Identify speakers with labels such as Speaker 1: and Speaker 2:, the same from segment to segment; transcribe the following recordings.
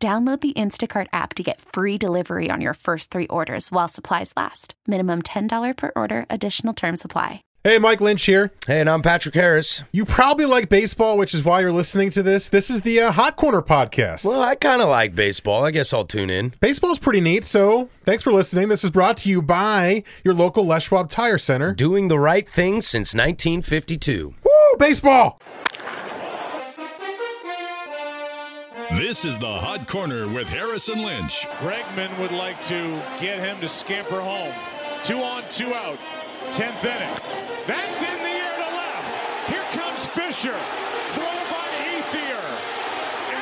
Speaker 1: Download the Instacart app to get free delivery on your first three orders while supplies last. Minimum $10 per order, additional term supply.
Speaker 2: Hey, Mike Lynch here.
Speaker 3: Hey, and I'm Patrick Harris.
Speaker 2: You probably like baseball, which is why you're listening to this. This is the uh, Hot Corner podcast.
Speaker 3: Well, I kind of like baseball. I guess I'll tune in.
Speaker 2: Baseball's pretty neat, so thanks for listening. This is brought to you by your local Les Schwab Tire Center.
Speaker 3: Doing the right thing since 1952.
Speaker 2: Woo, baseball!
Speaker 4: This is the Hot Corner with Harrison Lynch.
Speaker 5: Bregman would like to get him to scamper home. Two on, two out. Tenth inning. That's in the air to left. Here comes Fisher. Throw by Ethier.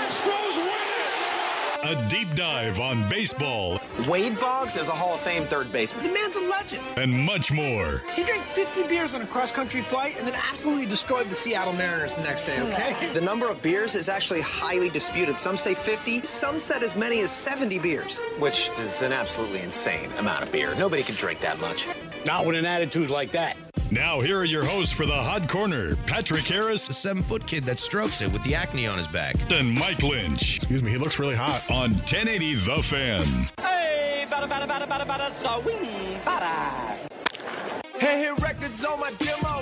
Speaker 5: Astros win it.
Speaker 4: A deep dive on baseball
Speaker 6: Wade Boggs is a Hall of Fame third baseman.
Speaker 7: The man's a legend.
Speaker 4: and much more.
Speaker 7: He drank 50 beers on a cross country flight and then absolutely destroyed the Seattle Mariners the next day, okay?
Speaker 6: The number of beers is actually highly disputed. Some say 50, some said as many as 70 beers, which is an absolutely insane amount of beer. Nobody can drink that much.
Speaker 8: Not with an attitude like that.
Speaker 4: Now, here are your hosts for the Hot Corner Patrick Harris
Speaker 9: a seven foot kid that strokes it with the acne on his back.
Speaker 4: and Mike Lynch
Speaker 2: Excuse me, he looks really hot.
Speaker 4: on 1080 The Fan.
Speaker 10: Hey, bada bada bada bada bada, swing bada.
Speaker 8: Hey, hit records on my demo.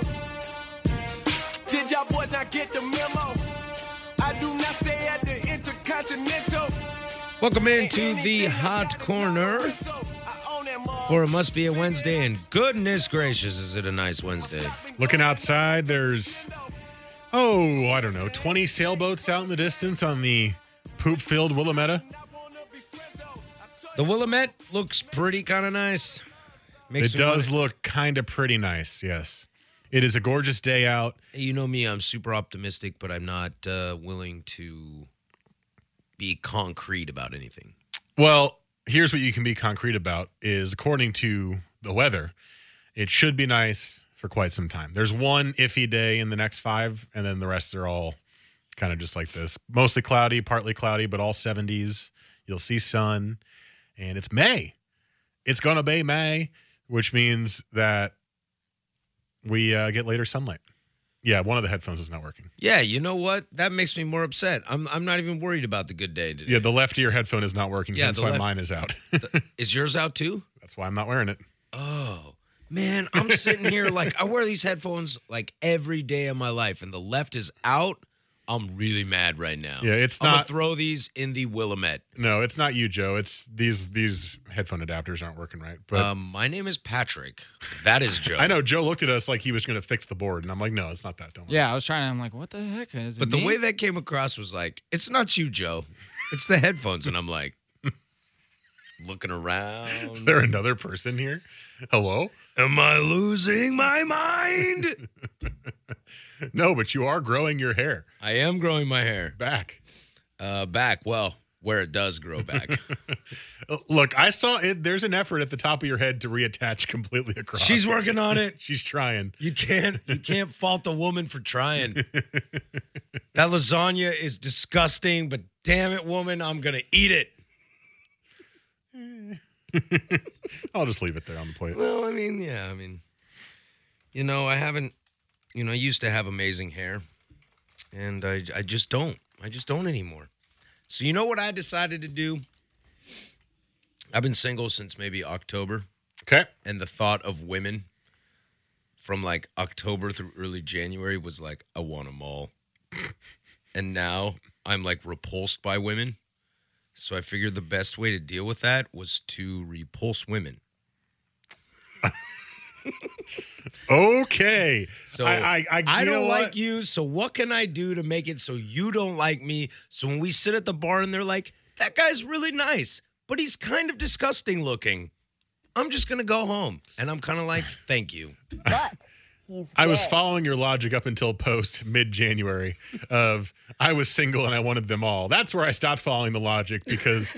Speaker 8: Did y'all boys not get the memo? I do not stay at the Intercontinental.
Speaker 9: Welcome into the Hot Corner for it must be a Wednesday, and goodness gracious, is it a nice Wednesday?
Speaker 2: Looking outside, there's, oh, I don't know, 20 sailboats out in the distance on the poop filled Willamette.
Speaker 9: The Willamette looks pretty kind of nice. Makes
Speaker 2: It
Speaker 9: me wanna-
Speaker 2: does look kind of pretty nice, yes. It is a gorgeous day out.
Speaker 9: You know me, I'm super optimistic, but I'm not uh, willing to be concrete about anything.
Speaker 2: Well, here's what you can be concrete about is according to the weather, it should be nice for quite some time. There's one iffy day in the next 5 and then the rest are all kind of just like this. Mostly cloudy, partly cloudy, but all 70s. You'll see sun and it's May. It's going to be May, which means that we uh, get later sunlight. Yeah, one of the headphones is not working.
Speaker 9: Yeah, you know what? That makes me more upset. I'm I'm not even worried about the good day today.
Speaker 2: Yeah, the left ear headphone is not working.
Speaker 9: Yeah,
Speaker 2: that's
Speaker 9: the
Speaker 2: why
Speaker 9: left-
Speaker 2: mine is out.
Speaker 9: is yours out too?
Speaker 2: that's why I'm not wearing it.
Speaker 9: Oh man, I'm sitting here like I wear these headphones like every day of my life, and the left is out. I'm really mad right now.
Speaker 2: Yeah, it's
Speaker 9: I'm
Speaker 2: not-
Speaker 9: gonna throw these in the Willamette.
Speaker 2: No, it's not you, Joe. It's these these headphone adapters aren't working right. But
Speaker 9: um, my name is Patrick. That is Joe.
Speaker 2: I know Joe looked at us like he was going to fix the board, and I'm like, no, it's not that. Don't worry.
Speaker 11: Yeah, I was trying. I'm like, what the heck is it?
Speaker 9: but the
Speaker 11: me?
Speaker 9: way that came across was like, it's not you, Joe. It's the headphones, and I'm like, looking
Speaker 2: Is
Speaker 9: around.
Speaker 2: there another person here? Hello?
Speaker 9: Am I losing my mind?
Speaker 2: No, but you are growing your hair
Speaker 9: I am growing my hair
Speaker 2: back.
Speaker 9: uh, back. Well, where it does grow back.
Speaker 2: Look, I saw it. There's an effort at the top of your head to reattach completely across.
Speaker 9: She's working on it.
Speaker 2: She's trying.
Speaker 9: You can't you can't fault the woman for trying. that lasagna is disgusting, but damn it, woman, I'm gonna eat it.
Speaker 2: I'll just leave it there on the plate.
Speaker 9: Well, I mean, yeah, I mean, you know, I haven't, you know, I used to have amazing hair, and I I just don't, I just don't anymore. So you know what I decided to do? I've been single since maybe October.
Speaker 2: Okay.
Speaker 9: and the thought of women from like October through early January was like, I want them all. and now I'm like repulsed by women. So I figured the best way to deal with that was to repulse women.
Speaker 2: Okay.
Speaker 9: So
Speaker 2: I, I, I, you know
Speaker 9: don't
Speaker 2: what?
Speaker 9: like you. So what can I do to make it so you don't like me? So when we sit at the bar and they're like, that guy's really nice, but he's kind of disgusting looking. I'm just gonna go home, and I'm kind of like, thank you.
Speaker 12: he's.
Speaker 2: I was
Speaker 12: gay.
Speaker 2: following your logic up until post mid January of I was single and I wanted them all. That's where I stopped following the logic because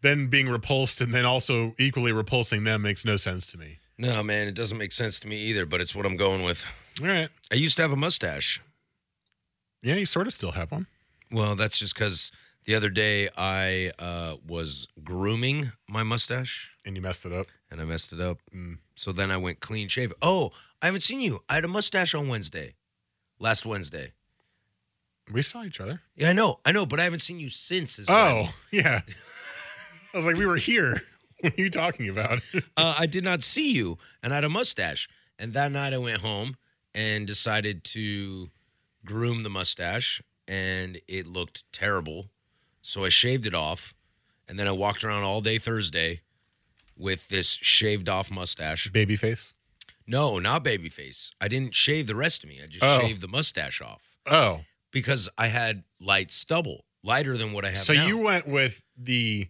Speaker 2: then being repulsed and then also equally repulsing them makes no sense to me.
Speaker 9: No, man, it doesn't make sense to me either, but it's what I'm going with.
Speaker 2: All right.
Speaker 9: I used to have a mustache.
Speaker 2: Yeah, you sort of still have one.
Speaker 9: Well, that's just because the other day I uh, was grooming my mustache.
Speaker 2: And you messed it up.
Speaker 9: And I messed it up. Mm. So then I went clean shave. Oh, I haven't seen you. I had a mustache on Wednesday, last Wednesday.
Speaker 2: We saw each other.
Speaker 9: Yeah, I know. I know, but I haven't seen you since. Is what I mean.
Speaker 2: Oh, yeah. I was like, we were here. What are you talking about?
Speaker 9: uh, I did not see you, and I had a mustache. And that night I went home and decided to groom the mustache, and it looked terrible. So I shaved it off, and then I walked around all day Thursday with this shaved off mustache.
Speaker 2: Baby face.
Speaker 9: No, not baby face. I didn't shave the rest of me. I just
Speaker 2: Oh.
Speaker 9: shaved the mustache off
Speaker 2: Oh.
Speaker 9: because I had light stubble, lighter than what I have
Speaker 2: So
Speaker 9: now.
Speaker 2: you went with the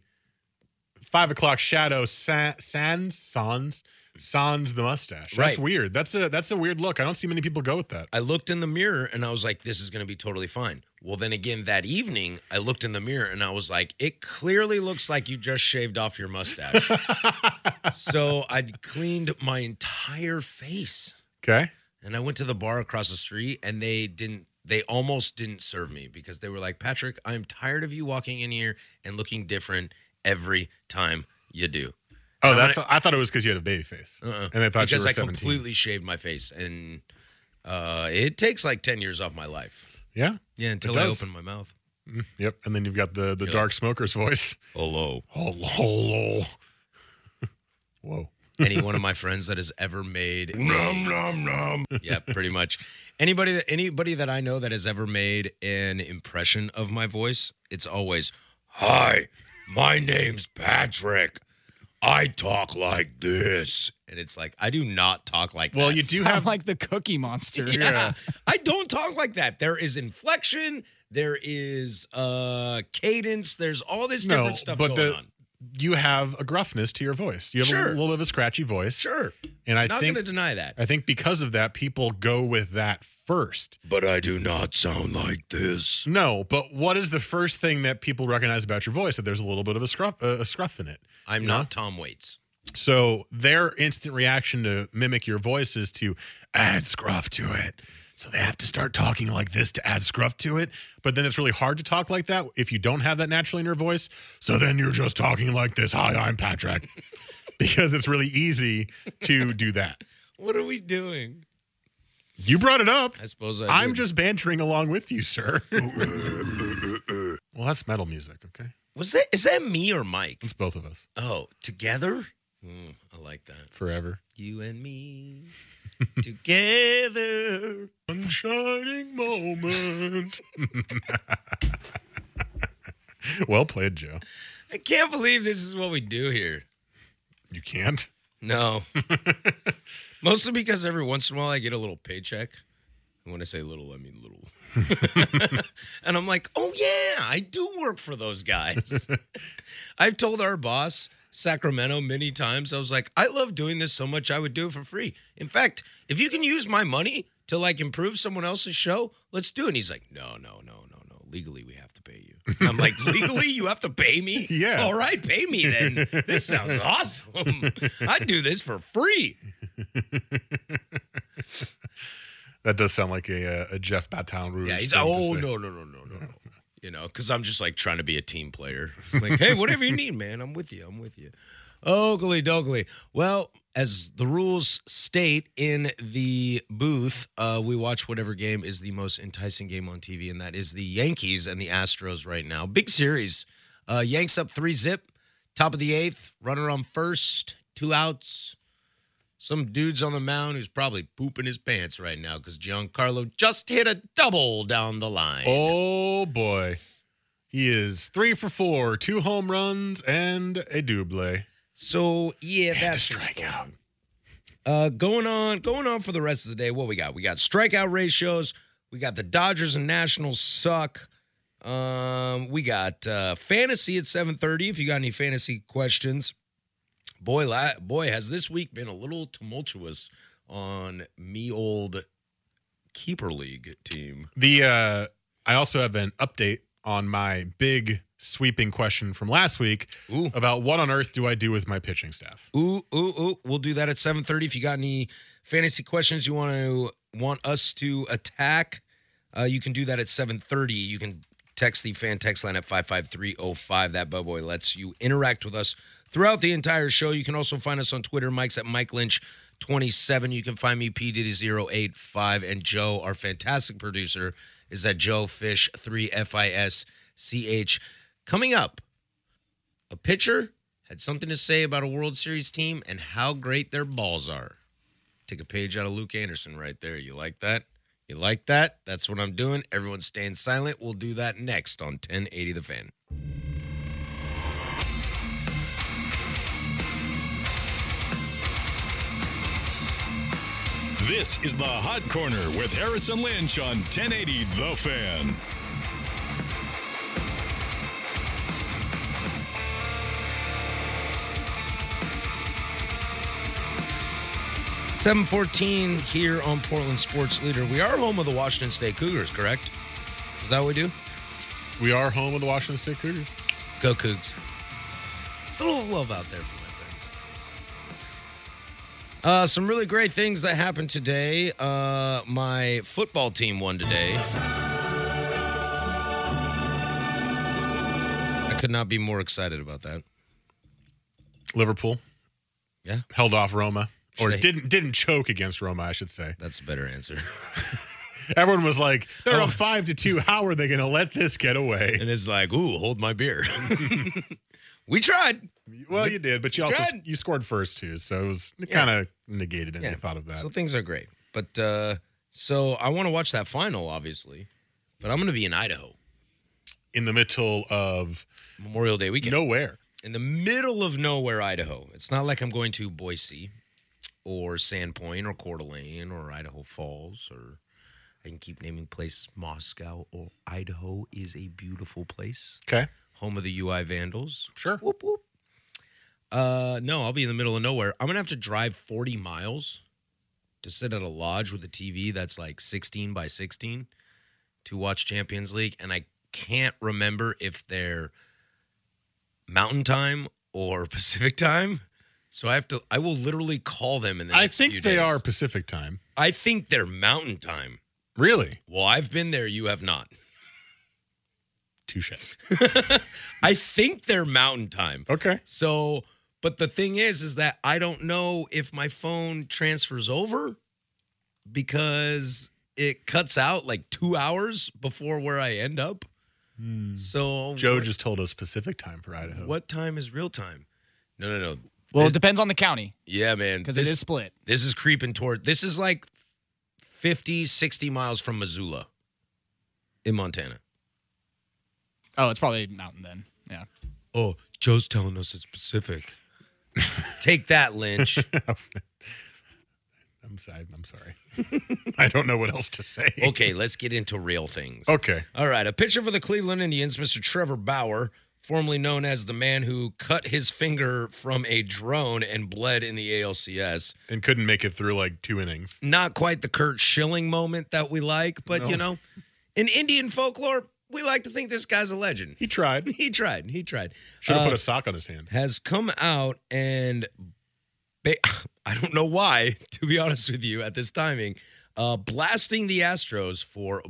Speaker 2: five o'clock shadow sa- sans sans sans the mustache. That's
Speaker 9: Right.
Speaker 2: weird. That's a that's a weird look. I don't see many people go with that.
Speaker 9: I looked in the mirror and I was like, this is going to be totally fine. Well, then again, that evening, I looked in the mirror and I was like, it clearly looks like you just shaved off your mustache. so I cleaned my entire face
Speaker 2: Okay.
Speaker 9: and I went to the bar across the street and they didn't, they almost didn't serve me because they were like, Patrick, I'm tired of you walking in here and looking different every time you do.
Speaker 2: Oh,
Speaker 9: And
Speaker 2: that's.
Speaker 9: when I-
Speaker 2: I thought it was because you had a baby face,
Speaker 9: uh-uh.
Speaker 2: and they thought
Speaker 9: because
Speaker 2: you were
Speaker 9: I
Speaker 2: seventeen.
Speaker 9: completely shaved my face and uh, it takes like 10 years off my life.
Speaker 2: yeah.
Speaker 9: Yeah, until
Speaker 2: It
Speaker 9: I
Speaker 2: does.
Speaker 9: open my mouth.
Speaker 2: Mm, Yep. And then you've got the the
Speaker 9: Yeah.
Speaker 2: dark smoker's voice.
Speaker 9: Hello.
Speaker 2: Hello. hello. Whoa.
Speaker 9: Any one of my friends that has ever made a-
Speaker 2: Nom, nom, nom.
Speaker 9: Yeah, pretty much. Anybody that anybody that I know that has ever made an impression of my voice, it's always, "Hi, my name's Patrick. I talk like this." And it's like, I do not talk like
Speaker 11: Well,
Speaker 9: that.
Speaker 11: you do have like the Cookie Monster.
Speaker 9: yeah. I don't talk like that. There is inflection, there is uh cadence, there's all this different stuff
Speaker 2: but
Speaker 9: going
Speaker 2: the-
Speaker 9: on.
Speaker 2: You have a gruffness to your voice. You have
Speaker 9: Sure.
Speaker 2: a little bit of a scratchy voice.
Speaker 9: Sure.
Speaker 2: And I
Speaker 9: not
Speaker 2: think
Speaker 9: going to deny that.
Speaker 2: I think because of that, people go with that first.
Speaker 9: But I do not sound like this.
Speaker 2: No, but what is the first thing that people recognize about your voice? That there's a little bit of a scruff, uh, a scruff in it.
Speaker 9: I'm
Speaker 2: you know?
Speaker 9: not Tom Waits.
Speaker 2: So their instant reaction to mimic your voice is to add scruff to it. So they have to start talking like this to add scruff to it. But then it's really hard to talk like that if you don't have that naturally in your voice. So then you're just talking like this. Hi, I'm Patrick. because it's really easy to do that.
Speaker 9: What are we doing?
Speaker 2: You brought it up.
Speaker 9: I suppose I
Speaker 2: I'm
Speaker 9: did.
Speaker 2: just bantering along with you, sir. well, that's metal music, okay?
Speaker 9: Was that is that me or Mike?
Speaker 2: It's both of us
Speaker 9: Oh, together? Mm, I like that.
Speaker 2: forever.
Speaker 9: You and me together.
Speaker 2: One shining moment. well played, Joe.
Speaker 9: I can't believe this is what we do here.
Speaker 2: You can't.
Speaker 9: No. Mostly because every once in a while I get a little paycheck. And when I say little, I mean little. and I'm like, oh yeah, I do work for those guys. I've told our boss, Sacramento, many times, I was like, I love doing this so much I would do it for free. In fact, if you can use my money to like improve someone else's show, let's do it. And he's like, No, no, no, no, no. Legally we have to pay you. And I'm like, legally you have to pay me?
Speaker 2: Yeah.
Speaker 9: All right, pay me then. This sounds awesome. I'd do this for free.
Speaker 2: That does sound like a uh, a Jeff Baton Rouge.
Speaker 9: Yeah, he's
Speaker 2: thing
Speaker 9: like,
Speaker 2: to
Speaker 9: oh
Speaker 2: say.
Speaker 9: no, no, no, no, no, no. You know, because I'm just like trying to be a team player. Like, hey, whatever you need, man, I'm with you. I'm with you. Oakley dogley. Well, as the rules state in the booth, uh, we watch whatever game is the most enticing game on TV, and that is the Yankees and the Astros right now. Big series. Uh, Yanks up three zip, top of the eighth, runner on first, two outs. Some dude's on the mound who's probably pooping his pants right now because Giancarlo just hit a double down the line.
Speaker 2: Oh boy, he is three for four, two home runs and a double.
Speaker 9: So yeah,
Speaker 2: And a
Speaker 9: that's
Speaker 2: strikeout.
Speaker 9: Uh, going on, going on for the rest of the day. What we got? We got strikeout ratios. We got the Dodgers and Nationals suck. Um, we got uh, fantasy at seven thirty. If you got any fantasy questions, boy, la- boy, has this week been a little tumultuous on me old keeper league team.
Speaker 2: The uh, I also have an update on my big sweeping question from last week about what on earth do I do with my pitching staff?
Speaker 9: Ooh, ooh, ooh. We'll do that at 7:30. If you got any fantasy questions you want to want us to attack, uh, you can do that at 7:30. You can text the fan text line at 55305. That bellboy lets you interact with us throughout the entire show. You can also find us on Twitter. Mike's at Mike Lynch. 27. You can find me PDiddy085 and Joe, our fantastic producer, is at Joe Fish 3 F I S C H. Coming up, a pitcher had something to say about a World Series team and how great their balls are. Take a page out of Luke Anderson right there. You like that? You like that? That's what I'm doing. Everyone staying silent. We'll do that next on 1080 The Fan.
Speaker 4: This is the Hot Corner with Harrison Lynch on 1080 The Fan.
Speaker 9: Seven fourteen here on Portland Sports Leader. We are home of the Washington State Cougars, correct? Is that what we do?
Speaker 2: We are home of the Washington State Cougars.
Speaker 9: Go Cougs! It's a little love out there for my friends. Uh, some really great things that happened today. Uh, my football team won today. I could not be more excited about that.
Speaker 2: Liverpool.
Speaker 9: Yeah.
Speaker 2: Held off Roma. Or
Speaker 9: Should I-
Speaker 2: didn't didn't choke against Roma, I should say.
Speaker 9: That's a better answer.
Speaker 2: Everyone was like, they're
Speaker 9: Oh.
Speaker 2: up five to two. How are they gonna let this get away?
Speaker 9: And it's like, ooh, hold my beer. we tried.
Speaker 2: Well, you did, but you also
Speaker 9: Tried.
Speaker 2: you scored first too, so it was it
Speaker 9: Yeah.
Speaker 2: kind of negated any thought of that.
Speaker 9: So things are great. But uh, so I want to watch that final, obviously. But I'm going to be in Idaho
Speaker 2: In the middle of
Speaker 9: Memorial Day weekend.
Speaker 2: nowhere,
Speaker 9: In the middle of nowhere, Idaho. It's not like I'm going to Boise or Sandpoint or Coeur d'Alene or Idaho Falls or I can keep naming places. Moscow or Idaho is a beautiful place.
Speaker 2: okay,
Speaker 9: Home of the UI Vandals.
Speaker 2: sure.
Speaker 9: Whoop whoop. Uh, no, I'll be in the middle of nowhere. I'm gonna have to drive 40 miles to sit at a lodge with a TV that's like 16 by 16 to watch Champions League, and I can't remember if they're Mountain Time or Pacific Time. So I have to. I will literally call them in the.
Speaker 2: I
Speaker 9: next few
Speaker 2: think they
Speaker 9: days.
Speaker 2: are Pacific time.
Speaker 9: I think they're Mountain Time.
Speaker 2: Really,
Speaker 9: Well, I've been there. You have not.
Speaker 2: touche.
Speaker 9: I think they're Mountain Time.
Speaker 2: Okay,
Speaker 9: So, but the thing is, is that I don't know if my phone transfers over because it cuts out like two hours before where I end up. So,
Speaker 2: Joe
Speaker 9: what,
Speaker 2: just told us Pacific time for Idaho.
Speaker 9: what time is real time? No, no, no.
Speaker 11: Well, it
Speaker 9: This-
Speaker 11: depends on the county
Speaker 9: yeah, man.
Speaker 11: because it
Speaker 9: this-
Speaker 11: is split.
Speaker 9: This is creeping toward, this is like 50, 60 miles from Missoula in Montana.
Speaker 11: Oh, it's probably mountain then. Yeah.
Speaker 9: Oh, Joe's telling us it's Pacific. Take that, Lynch.
Speaker 2: I'm sorry. I'm sorry. I don't know what else to say.
Speaker 9: okay, let's get into real things.
Speaker 2: Okay.
Speaker 9: All right, a pitcher for the Cleveland Indians, Mr. Trevor Bauer, formerly known as the man who cut his finger from a drone and bled in the ALCS.
Speaker 2: And couldn't make it through like two innings.
Speaker 9: Not quite the Kurt Schilling moment that we like, but you know, in Indian folklore, we like to think this guy's a legend.
Speaker 2: He tried.
Speaker 9: He tried, he tried.
Speaker 2: Should have
Speaker 9: Uh,
Speaker 2: put a sock on his hand.
Speaker 9: has come out and ba- I don't know why, to be honest with you, at this timing, uh, blasting the Astros for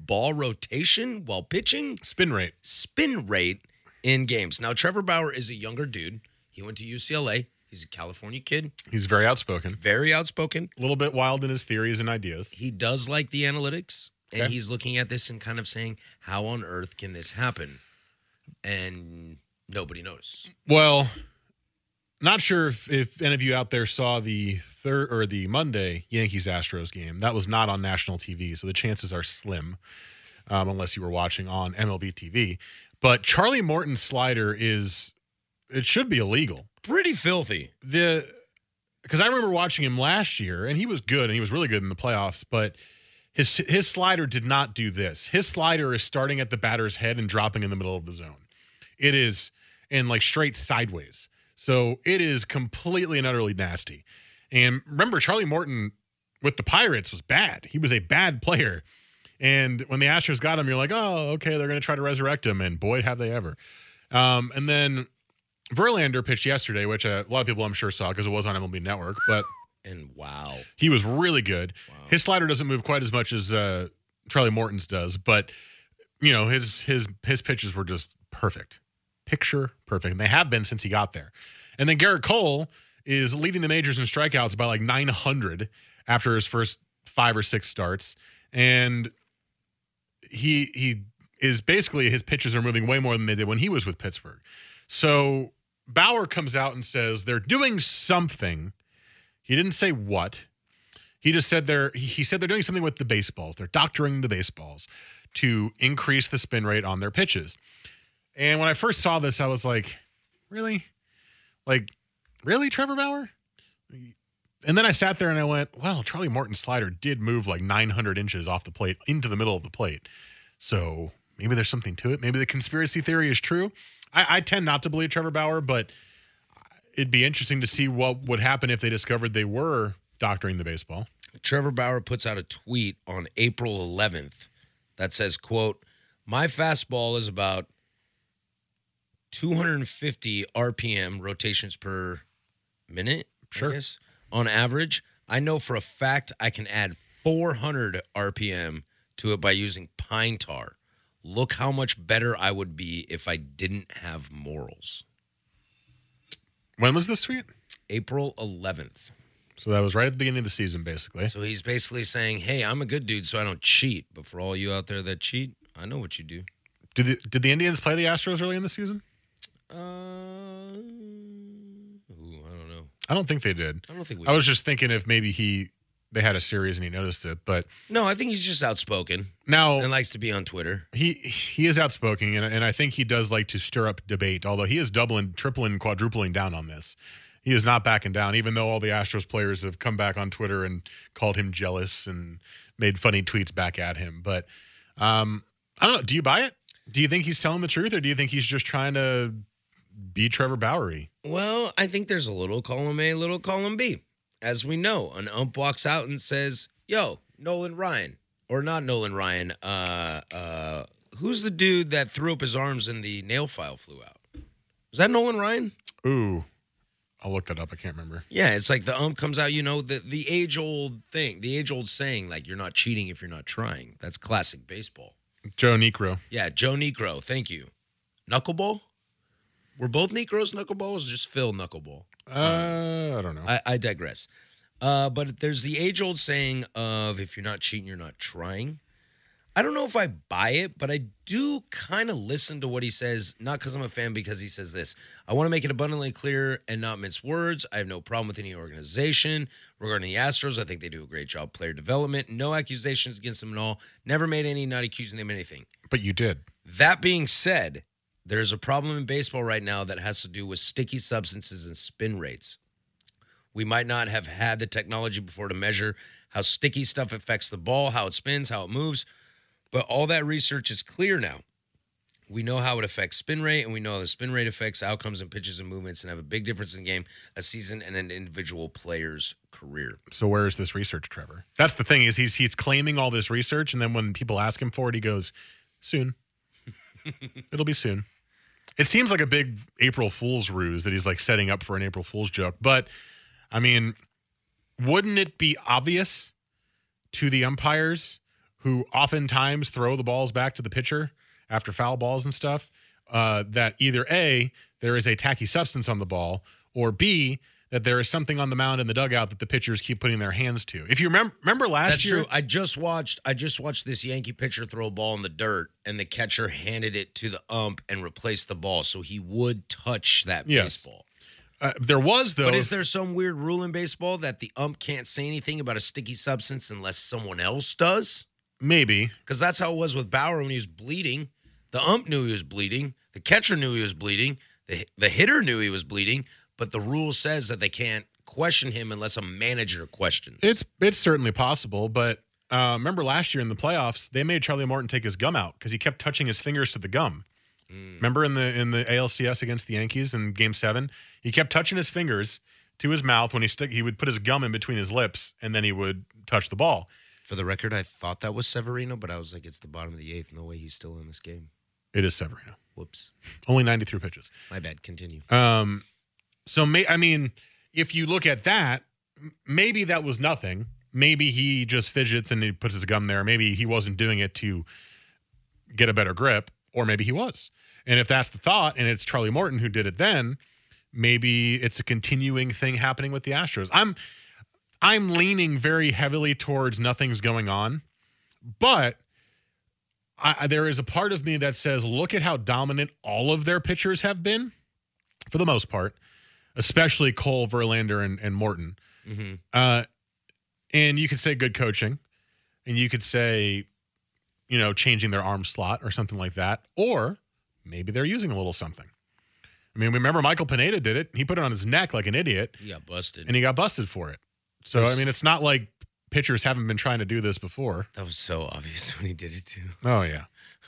Speaker 9: ball rotation while pitching
Speaker 2: Spin rate.
Speaker 9: spin rate in games. Now, Trevor Bauer is a younger dude. He went to UCLA. He's a California kid,
Speaker 2: He's very outspoken.
Speaker 9: very outspoken.
Speaker 2: A little bit wild in his theories and ideas.
Speaker 9: He does like the analytics, and
Speaker 2: Okay.
Speaker 9: he's looking at this and kind of saying, How on earth can this happen? And nobody knows.
Speaker 2: Well, not sure if, if any of you out there saw the third or the Monday Yankees Astros game. That was not on national TV, so the chances are slim, um, unless you were watching on MLB TV. But Charlie Morton's slider is it should be illegal.
Speaker 9: Pretty filthy.
Speaker 2: the because I remember watching him last year and he was good and he was really good in the playoffs, but his his slider did not do this. His slider is starting at the batter's head and dropping in the middle of the zone. It is and like straight sideways. So it is completely and utterly nasty. And remember, Charlie Morton with the Pirates was bad. He was a bad player. And when the Astros got him, you're like, oh, okay, they're going to try to resurrect him. And boy, have they ever. Um, and then Verlander pitched yesterday, which uh, a lot of people I'm sure saw because it was on MLB Network. But
Speaker 9: and wow,
Speaker 2: he was really good. His slider doesn't move quite as much as uh, Charlie Morton's does, but you know his his his pitches were just perfect, picture perfect, and they have been since he got there. And then Garrett Cole is leading the majors in strikeouts by like 900 after his first five or six starts, and he he is basically his pitches are moving way more than they did when he was with Pittsburgh. So Bauer comes out and says they're doing something. He didn't say what. He just said they're he- he said they're doing something with the baseballs. They're doctoring the baseballs to increase the spin rate on their pitches. And when I first saw this, I was like, really? Like, really, Trevor Bauer? And then I sat there and I went, well, Charlie Morton's slider did move like 900 inches off the plate into the middle of the plate. So maybe there's something to it. Maybe the conspiracy theory is true. I, I tend not to believe Trevor Bauer, but it'd be interesting to see what would happen if they discovered they were doctoring the baseball.
Speaker 9: Trevor Bauer puts out a tweet on April 11th that says, "quote My fastball is about 250 RPM rotations per minute. Sure, on average. I know for a fact I can add 400 RPM to it by using pine tar. Look how much better I would be if I didn't have morals."
Speaker 2: When was this tweet?
Speaker 9: April 11th.
Speaker 2: So that was right at the beginning of the season, basically.
Speaker 9: So he's basically saying, "Hey, I'm a good dude, so I don't cheat. But for all you out there that cheat, I know what you do."
Speaker 2: Did the, did the Indians play the Astros early in the season?
Speaker 9: Uh, ooh, I don't know.
Speaker 2: I don't think they did.
Speaker 9: I don't think we
Speaker 2: I was
Speaker 9: did.
Speaker 2: just thinking if maybe he they had a series and he noticed it, but
Speaker 9: No, I think he's just outspoken
Speaker 2: now
Speaker 9: and likes to be on Twitter.
Speaker 2: he he is outspoken and, and I think he does like to stir up debate. Although he is doubling, tripling, quadrupling down on this. He is not backing down, even though all the Astros players have come back on Twitter and called him jealous and made funny tweets back at him. But um, I don't know. Do you buy it? Do you think he's telling the truth, or do you think he's just trying to be Trevor Bowery?
Speaker 9: Well, I think there's a little column A, little column B. As we know, an ump walks out and says, "Yo, Nolan Ryan, or not Nolan Ryan? Uh, uh, who's the dude that threw up his arms and the nail file flew out? Was that Nolan Ryan?"
Speaker 2: Ooh, I'll look that up. I can't remember.
Speaker 9: Yeah, it's like the ump comes out, you know, the, the age old thing, the age old saying, like, you're not cheating if you're not trying. That's classic baseball.
Speaker 2: Joe Negro.
Speaker 9: Yeah, Joe Negro, thank you. Knuckleball? Were both Negros knuckleballs or just Phil knuckleball?
Speaker 2: Uh, I don't know.
Speaker 9: I, I digress. Uh, but there's the age old saying of if you're not cheating, you're not trying. I don't know if I buy it, but I do kind of listen to what he says, not because I'm a fan, because he says this. I want to make it abundantly clear and not mince words. I have no problem with any organization. Regarding the Astros, I think they do a great job player development. No accusations against them at all. Never made any, not accusing them of anything.
Speaker 2: But you did.
Speaker 9: That being said, there's a problem in baseball right now that has to do with sticky substances and spin rates. We might not have had the technology before to measure how sticky stuff affects the ball, how it spins, how it moves, but all that research is clear now. We know how it affects spin rate, and we know how the spin rate affects outcomes and pitches and movements, and have a big difference in the game, a season, and an individual player's career.
Speaker 2: So where is this research, Trevor? That's the thing is he's he's claiming all this research, and then when people ask him for it, he goes, "Soon, it'll be soon." It seems like a big April Fool's ruse that he's like setting up for an April Fool's joke. But I mean, wouldn't it be obvious to the umpires who oftentimes throw the balls back to the pitcher after foul balls and stuff uh, that either A, there is a tacky substance on the ball, or B, that there is something on the mound in the dugout that the pitchers keep putting their hands to. If you remember, remember last
Speaker 9: That's
Speaker 2: year,
Speaker 9: true. I just watched. I just watched this Yankee pitcher throw a ball in the dirt, and the catcher handed it to the ump and replaced the ball, so he would touch that
Speaker 2: Yes.
Speaker 9: baseball.
Speaker 2: uh, there was though.
Speaker 9: But is there some weird rule in baseball that the ump can't say anything about a sticky substance unless someone else does?
Speaker 2: maybe
Speaker 9: Because that's how it was with Bauer when he was bleeding. The ump knew he was bleeding. The catcher knew he was bleeding. The the hitter knew he was bleeding. But the rule says that they can't question him unless a manager questions.
Speaker 2: It's it's certainly possible, but uh, remember last year in the playoffs, they made Charlie Morton take his gum out because he kept touching his fingers to the gum. Remember in the in the ALCS against the Yankees in Game Seven, he kept touching his fingers to his mouth when he stick. He would put his gum in between his lips, and then he would touch the ball.
Speaker 9: For the record, I thought that was Severino, but I was like, it's the bottom of the eighth. No way he's still in this game.
Speaker 2: It is Severino.
Speaker 9: Whoops.
Speaker 2: Only 93 pitches.
Speaker 9: My bad. Continue.
Speaker 2: Um, so may I mean, if you look at that, m- maybe that was nothing. Maybe he just fidgets and he puts his gum there. Maybe he wasn't doing it to get a better grip, or maybe he was. And if that's the thought, and it's Charlie Morton who did it, then maybe it's a continuing thing happening with the Astros. I'm I'm leaning very heavily towards nothing's going on, but I, I- there is a part of me that says, look at how dominant all of their pitchers have been, for the most part, especially Cole, Verlander, and, and Morton.
Speaker 9: Mm-hmm.
Speaker 2: Uh, and you could say good coaching, and you could say, you know, changing their arm slot or something like that, or maybe they're using a little something. I mean, remember Michael Pineda did it; he put it on his neck like an idiot,
Speaker 9: He got busted.
Speaker 2: and he got busted for it. So I mean, it's not like pitchers haven't been trying to do this before.
Speaker 9: that was so obvious when he did it too.
Speaker 2: Oh
Speaker 9: It
Speaker 2: yeah,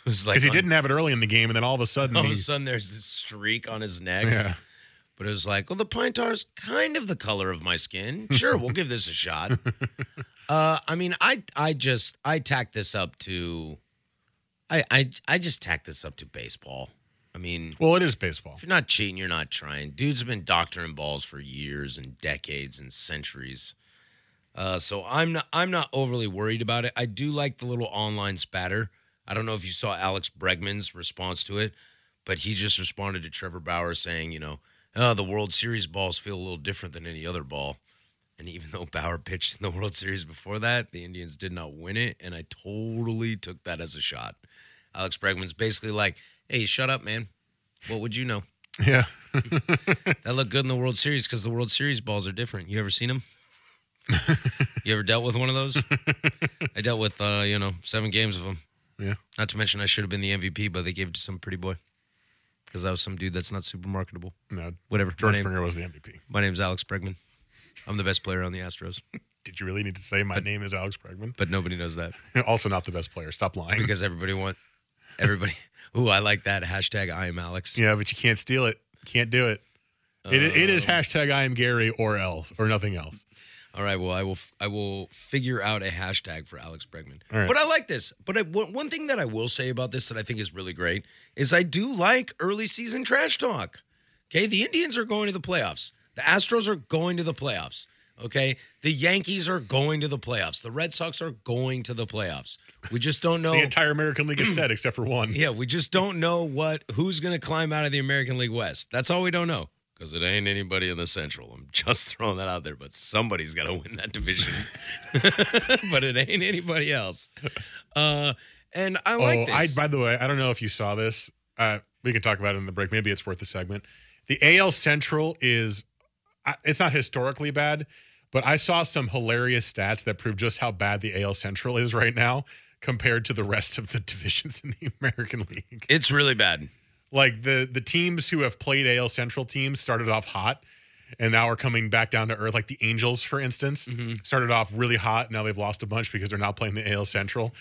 Speaker 9: was like
Speaker 2: because he
Speaker 9: on-
Speaker 2: didn't have it early in the game, and then all of a sudden,
Speaker 9: All of
Speaker 2: he-
Speaker 9: a sudden, there's this streak on his neck.
Speaker 2: Yeah.
Speaker 9: But it was like, well, the pine tar is kind of the color of my skin. Sure, we'll give this a shot. Uh, I mean, I I just I tack this up to, I I I just tack this up to baseball. I mean,
Speaker 2: well, it is baseball.
Speaker 9: if you're not cheating, you're not trying. Dude's been doctoring balls for years and decades and centuries. Uh, so I'm not I'm not overly worried about it. I do like the little online spatter. I don't know if you saw Alex Bregman's response to it, but he just responded to Trevor Bauer saying, you know, oh, the World Series balls feel a little different than any other ball. And even though Bauer pitched in the World Series before that, the Indians did not win it, and I totally took that as a shot. Alex Bregman's basically like, "Hey, shut up, man. What would you know?"
Speaker 2: yeah,
Speaker 9: That looked good in the World Series because the World Series balls are different. You ever seen them? you ever dealt with one of those? I dealt with, uh, you know, seven games of them.
Speaker 2: yeah.
Speaker 9: Not to mention, I should have been the MVP, but they gave it to some pretty boy because I was some dude that's not super marketable.
Speaker 2: No,
Speaker 9: Whatever. My
Speaker 2: George
Speaker 9: name-
Speaker 2: Springer was the MVP.
Speaker 9: My name's Alex Bregman. I'm the best player on the Astros,
Speaker 2: Did you really need to say my name is Alex Bregman?
Speaker 9: but nobody knows that
Speaker 2: also, not the best player. Stop lying.
Speaker 9: because everybody want everybody. Ooh, I like that hashtag. I am Alex.
Speaker 2: yeah, but you can't steal it. Can't do it. It, it
Speaker 9: Um,
Speaker 2: is hashtag I am Gary or else or nothing else.
Speaker 9: All right. Well, I will. f- I will figure out a hashtag for Alex Bregman.
Speaker 2: All right.
Speaker 9: But I like this. But I, one one thing that I will say about this that I think is really great is I do like early season trash talk. Okay, the Indians are going to the playoffs. The Astros are going to the playoffs. Okay, the Yankees are going to the playoffs. The Red Sox are going to the playoffs. We just don't know.
Speaker 2: The entire American League is set except for one.
Speaker 9: Oh. yeah, we just don't know what who's going to climb out of the American League West. That's all we don't know because it ain't anybody in the Central. I'm just throwing that out there, but somebody's got to win that division. but it ain't anybody else. Uh, and I like
Speaker 2: oh,
Speaker 9: this.
Speaker 2: I by the way, I don't know if you saw this. Uh, we can talk about it in the break. Maybe it's worth the segment. The AL Central is I- it's not historically bad, but I saw some hilarious stats that prove just how bad the AL Central is right now compared to the rest of the divisions in the American League.
Speaker 9: it's really bad.
Speaker 2: like the the teams who have played AL Central teams started off hot and now are coming back down to earth like the Angels for instance
Speaker 9: Mm-hmm.
Speaker 2: started off really hot now they've lost a bunch because they're not playing the AL Central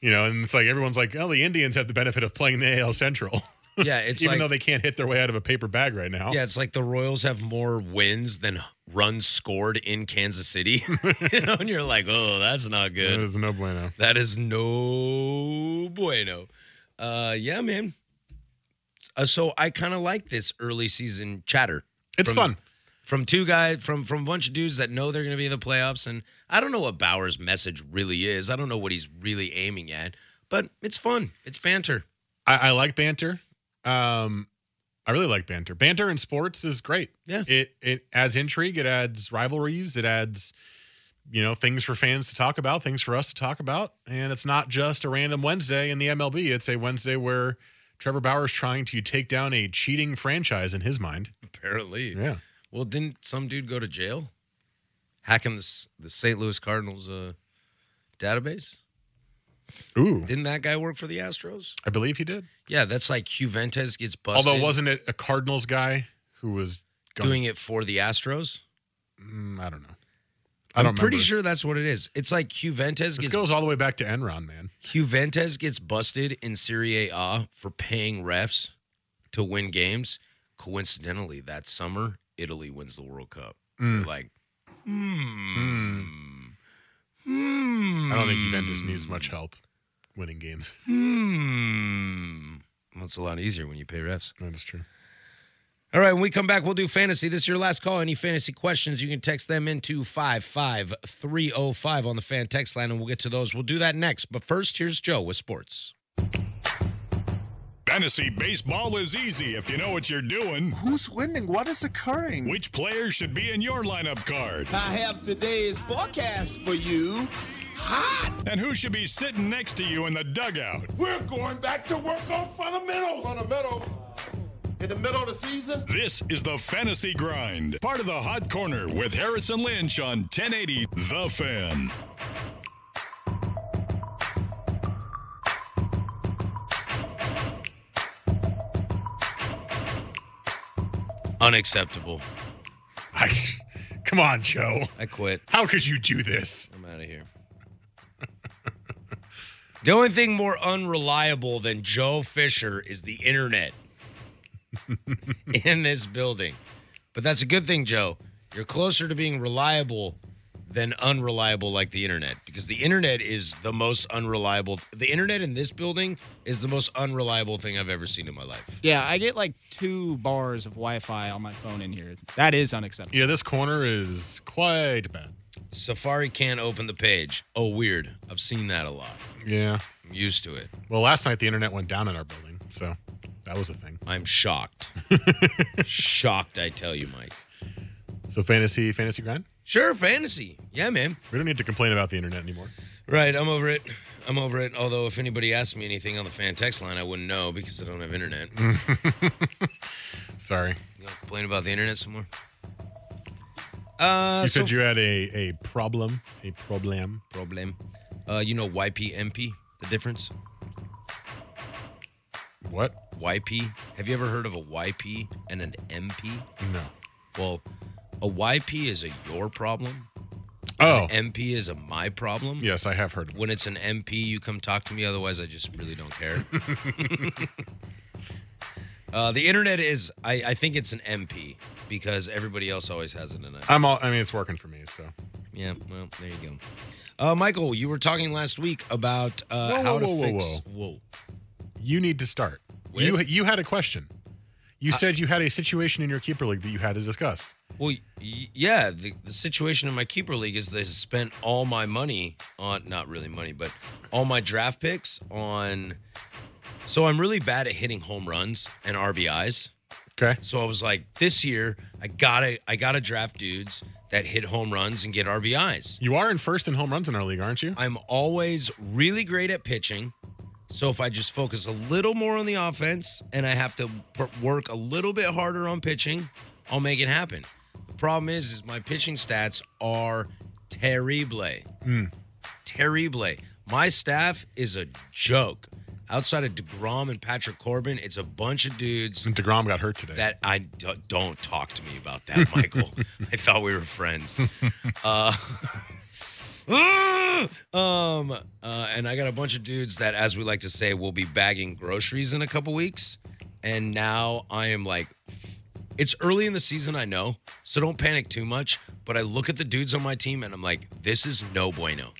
Speaker 2: you know and it's like everyone's like oh the Indians have the benefit of playing the AL Central
Speaker 9: Yeah, it's
Speaker 2: even
Speaker 9: like
Speaker 2: though they can't hit their way out of a paper bag right now
Speaker 9: yeah, it's like the Royals have more wins than runs scored in Kansas City. you know, and you're like, oh, that's not good.
Speaker 2: it is no bueno
Speaker 9: That is no bueno. Uh, yeah, man. Uh, so I kind of like this early season chatter.
Speaker 2: It's
Speaker 9: from,
Speaker 2: fun.
Speaker 9: From two guys, from from a bunch of dudes that know they're going to be in the playoffs, and I don't know what Bauer's message really is. I don't know what he's really aiming at, but it's fun. It's banter.
Speaker 2: I, I like banter um I really like banter. Banter in sports is great.
Speaker 9: Yeah.
Speaker 2: It it adds intrigue, it adds rivalries, it adds you know, things for fans to talk about, things for us to talk about. And it's not just a random Wednesday in the MLB. It's a Wednesday where Trevor Bauer is trying to take down a cheating franchise in his mind.
Speaker 9: Apparently, Well, didn't some dude go to jail? Hacking the S- the St. Louis Cardinals uh, database?
Speaker 2: Ooh.
Speaker 9: Didn't that guy work for the Astros?
Speaker 2: I believe he did.
Speaker 9: Yeah, that's like Juventus gets busted.
Speaker 2: Although wasn't it a Cardinals guy who was going,
Speaker 9: doing it for the Astros.
Speaker 2: Mm, I don't know. I
Speaker 9: I'm
Speaker 2: don't
Speaker 9: pretty
Speaker 2: remember.
Speaker 9: sure that's what it is. It's like Juventus
Speaker 2: This
Speaker 9: gets
Speaker 2: goes all the way back to Enron, man.
Speaker 9: Juventus gets busted in Serie A for paying refs to win games. Coincidentally, that summer Italy wins the World Cup.
Speaker 2: Mm.
Speaker 9: They're like, hmm. Hmm.
Speaker 2: I don't think Juventus needs much help winning games.
Speaker 9: Hmm. Well, it's a lot easier when you pay refs.
Speaker 2: That is true.
Speaker 9: All right, when we come back, we'll do fantasy. This is your last call. Any fantasy questions, you can text them into 55305 on the fan text line, and we'll get to those. We'll do that next. But first, here's Joe with sports.
Speaker 4: Fantasy baseball is easy if you know what you're doing.
Speaker 12: Who's winning? What is occurring?
Speaker 4: Which player should be in your lineup card?
Speaker 12: I have today's forecast for you. Hot!
Speaker 4: And who should be sitting next to you in the dugout?
Speaker 12: We're going back to work on fundamentals. Fundamentals. In the middle of the season?
Speaker 4: This is the Fantasy Grind, part of the Hot Corner with Harrison Lynch on 1080 The Fan.
Speaker 9: Unacceptable.
Speaker 2: I, come on, Joe.
Speaker 9: I quit.
Speaker 2: How could you do this?
Speaker 9: I'm out of here. the only thing more unreliable than Joe Fisher is the internet in this building. But that's a good thing, Joe. You're closer to being reliable than unreliable like the internet because the internet is the most unreliable. The internet in this building is the most unreliable thing I've ever seen in my life.
Speaker 11: Yeah, I get like two bars of Wi-Fi on my phone in here. That is unacceptable.
Speaker 2: Yeah, this corner is quite bad.
Speaker 9: Safari can't open the page. Oh, weird. I've seen that a lot.
Speaker 2: Yeah.
Speaker 9: I'm used to it.
Speaker 2: Well, last night the internet went down in our building, so that was a thing.
Speaker 9: I'm shocked. shocked, I tell you, Mike.
Speaker 2: So fantasy, fantasy grind.
Speaker 9: Sure, fantasy. Yeah, man.
Speaker 2: We don't need to complain about the internet anymore.
Speaker 9: Right, I'm over it. I'm over it. Although, if anybody asked me anything on the fan text line, I wouldn't know because I don't have internet. you
Speaker 2: Sorry.
Speaker 9: want to complain about the internet some more?
Speaker 2: you
Speaker 9: Uh,
Speaker 2: said you had a, a problem, a problem.
Speaker 9: problem. Uh, you know YPMP, the difference?
Speaker 2: What?
Speaker 9: YP. Have you ever heard of a YP and an MP?
Speaker 2: No.
Speaker 9: Well, a YP is a your problem.
Speaker 2: Oh.
Speaker 9: An MP is a my problem.
Speaker 2: Yes, I have heard of it.
Speaker 9: When it's an MP, you come talk to me. Otherwise, I just really don't care. uh, the internet is, I, I think it's an MP because everybody else always has it in it.
Speaker 2: I'm all. I mean, it's working for me. So.
Speaker 9: Yeah, well, there you go. Uh, Michael, you were talking last week about uh,
Speaker 2: Whoa,
Speaker 9: how
Speaker 2: whoa,
Speaker 9: to
Speaker 2: whoa, whoa,
Speaker 9: fix. whoa.
Speaker 2: You need to start.
Speaker 9: With?
Speaker 2: You you had a question. You said you had a situation in your keeper league that you had to discuss.
Speaker 9: Well, y- yeah, the, the situation in my keeper league is they spent all my money on not really money, but all my draft picks on. So I'm really bad at hitting home runs and RBIs.
Speaker 2: Okay.
Speaker 9: So I was like, this year I gotta I gotta draft dudes that hit home runs and get RBIs.
Speaker 2: You are in first in home runs in our league, aren't you?
Speaker 9: I'm always really great at pitching. So if I just focus a little more on the offense and I have to wor- work a little bit harder on pitching, I'll make it happen. The problem is, is my pitching stats are terrible. Terrible. My staff is a joke. Outside of DeGrom and Patrick Corbin, it's a bunch of dudes
Speaker 2: And Degrom got hurt today.
Speaker 9: that I d- don't talk to me about that, Michael. I thought we were friends. Uh, um, uh, and I got a bunch of dudes that, as we like to say, will be bagging groceries in a couple weeks. And now I am like, it's early in the season, I know, so don't panic too much. But I look at the dudes on my team and I'm like, this is no bueno.